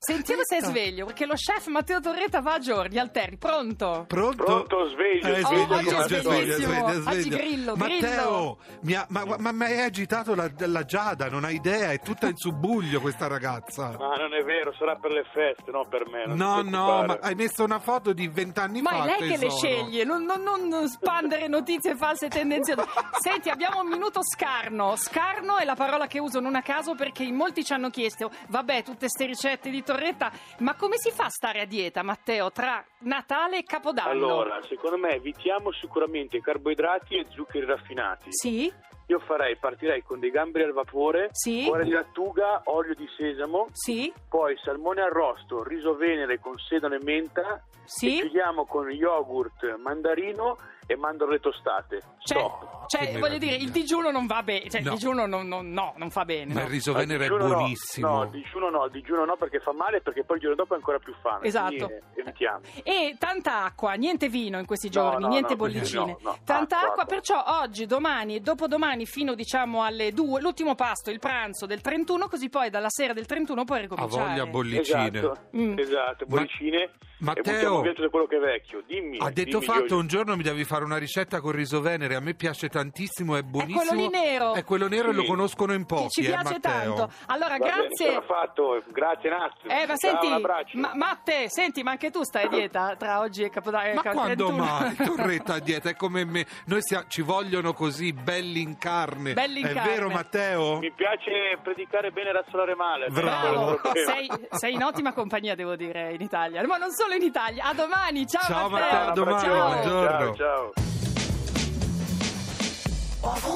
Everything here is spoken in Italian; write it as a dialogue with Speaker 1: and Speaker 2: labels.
Speaker 1: Sentiamo se è
Speaker 2: Aspetta.
Speaker 1: sveglio, perché lo chef Matteo Torretta va a giorni alteri, pronto?
Speaker 2: Pronto?
Speaker 3: Pronto, sveglio,
Speaker 2: Eh,
Speaker 3: sveglio,
Speaker 2: sveglio,
Speaker 3: oggi è
Speaker 2: sveglio,
Speaker 1: sveglissimo.
Speaker 2: sveglio, sveglio.
Speaker 1: Oh, Oggi grillo,
Speaker 2: Matteo, Mi ha- ma, ma- ma mi hai agitato la, la Giada, non hai idea, è tutta in subbuglio questa ragazza.
Speaker 3: Ma non è vero, sarà per le feste, non per me. Ah, non
Speaker 2: No, no,
Speaker 3: ti preoccupare.
Speaker 2: ma hai messo una foto di vent'anni fa.
Speaker 1: Ma è lei che le
Speaker 2: tesoro.
Speaker 1: sceglie, non, non- non- non spandere notizie false e tendenziose. Senti, abbiamo un minuto scarno. Scarno è la parola che uso non a caso perché in molti ci hanno chiesto, vabbè, tutte ste ricette di Torretta, ma come si fa a stare a dieta, Matteo, tra Natale e
Speaker 2: Ah,
Speaker 1: Capodanno?
Speaker 3: Allora, secondo me evitiamo sicuramente carboidrati e zuccheri raffinati.
Speaker 1: Sì?
Speaker 3: Io farei, partirei con dei gamberi al vapore,
Speaker 1: Sì.
Speaker 3: cuore di lattuga, olio di sesamo,
Speaker 1: Sì?
Speaker 3: poi salmone arrosto, riso venere con sedano e menta, e
Speaker 1: Sì?
Speaker 3: chiudiamo con yogurt, mandarino e mandorle tostate.
Speaker 1: Cioè,
Speaker 3: Stop.
Speaker 1: cioè,
Speaker 2: Che
Speaker 1: voglio dire,
Speaker 2: meraviglia.
Speaker 1: il digiuno non va bene, cioè,
Speaker 2: No.
Speaker 1: il digiuno non, non- no, non fa bene.
Speaker 2: Ma
Speaker 1: no.
Speaker 2: il riso
Speaker 3: No,
Speaker 2: venere è
Speaker 3: Ah, digiuno no,
Speaker 2: buonissimo.
Speaker 3: No, digiuno no, digiuno no perché fa male perché poi il giorno dopo è ancora più fame.
Speaker 1: Esatto.
Speaker 3: quindi, eh, evitiamo.
Speaker 1: E tanta acqua, niente vino in questi
Speaker 3: No,
Speaker 1: giorni,
Speaker 3: no,
Speaker 1: niente
Speaker 3: no,
Speaker 1: bollicine.
Speaker 3: no, no,
Speaker 1: tanta acqua,
Speaker 3: acqua, acqua.
Speaker 1: perciò oggi, domani e dopodomani fino diciamo alle 2, l'ultimo pasto, il pranzo del 31, così poi dalla sera del 31 puoi
Speaker 2: Ha
Speaker 1: ricominciare.
Speaker 2: voglia bollicine.
Speaker 3: Esatto,
Speaker 1: Mm.
Speaker 3: esatto,
Speaker 2: Ma-
Speaker 3: bollicine e
Speaker 2: Matteo,
Speaker 3: buttiamo via tutto quello che è vecchio. Dimmi.
Speaker 2: ha detto
Speaker 3: dimmi,
Speaker 2: fatto,
Speaker 3: Giorgio.
Speaker 2: un giorno mi devi fare una ricetta con riso venere, a me piace tantissimo, è buonissimo.
Speaker 1: quello lì nero.
Speaker 2: È quello nero e lo
Speaker 3: Sì.
Speaker 2: conoscono in
Speaker 1: Che
Speaker 2: pochi,
Speaker 1: ci
Speaker 2: eh,
Speaker 1: piace
Speaker 2: Matteo.
Speaker 1: tanto. Allora,
Speaker 3: Va bene,
Speaker 1: grazie.
Speaker 3: sarà fatto. Grazie Nat.
Speaker 1: Eh, ma
Speaker 3: Ciao, un
Speaker 1: senti,
Speaker 3: abbraccio.
Speaker 1: ma, Matte, senti, ma anche tu stai a dieta tra oggi e eh, Capodanno.
Speaker 2: Ma
Speaker 1: Cap-
Speaker 2: quando
Speaker 1: 31?
Speaker 2: mai? Torretta a dieta è come me. Noi sia- ci vogliono così belli in carne.
Speaker 1: Belli in
Speaker 2: è
Speaker 1: carne.
Speaker 2: vero Matteo?
Speaker 3: Mi piace predicare bene e razzolare male.
Speaker 2: Bravo.
Speaker 1: Bravo, sei, sei in ottima compagnia, devo dire, in Italia. Ma non solo in Italia. A domani, ciao,
Speaker 2: Ciao,
Speaker 1: Matteo.
Speaker 2: Matteo, a domani,
Speaker 1: Ciao.
Speaker 2: buongiorno.
Speaker 3: Ciao, ciao.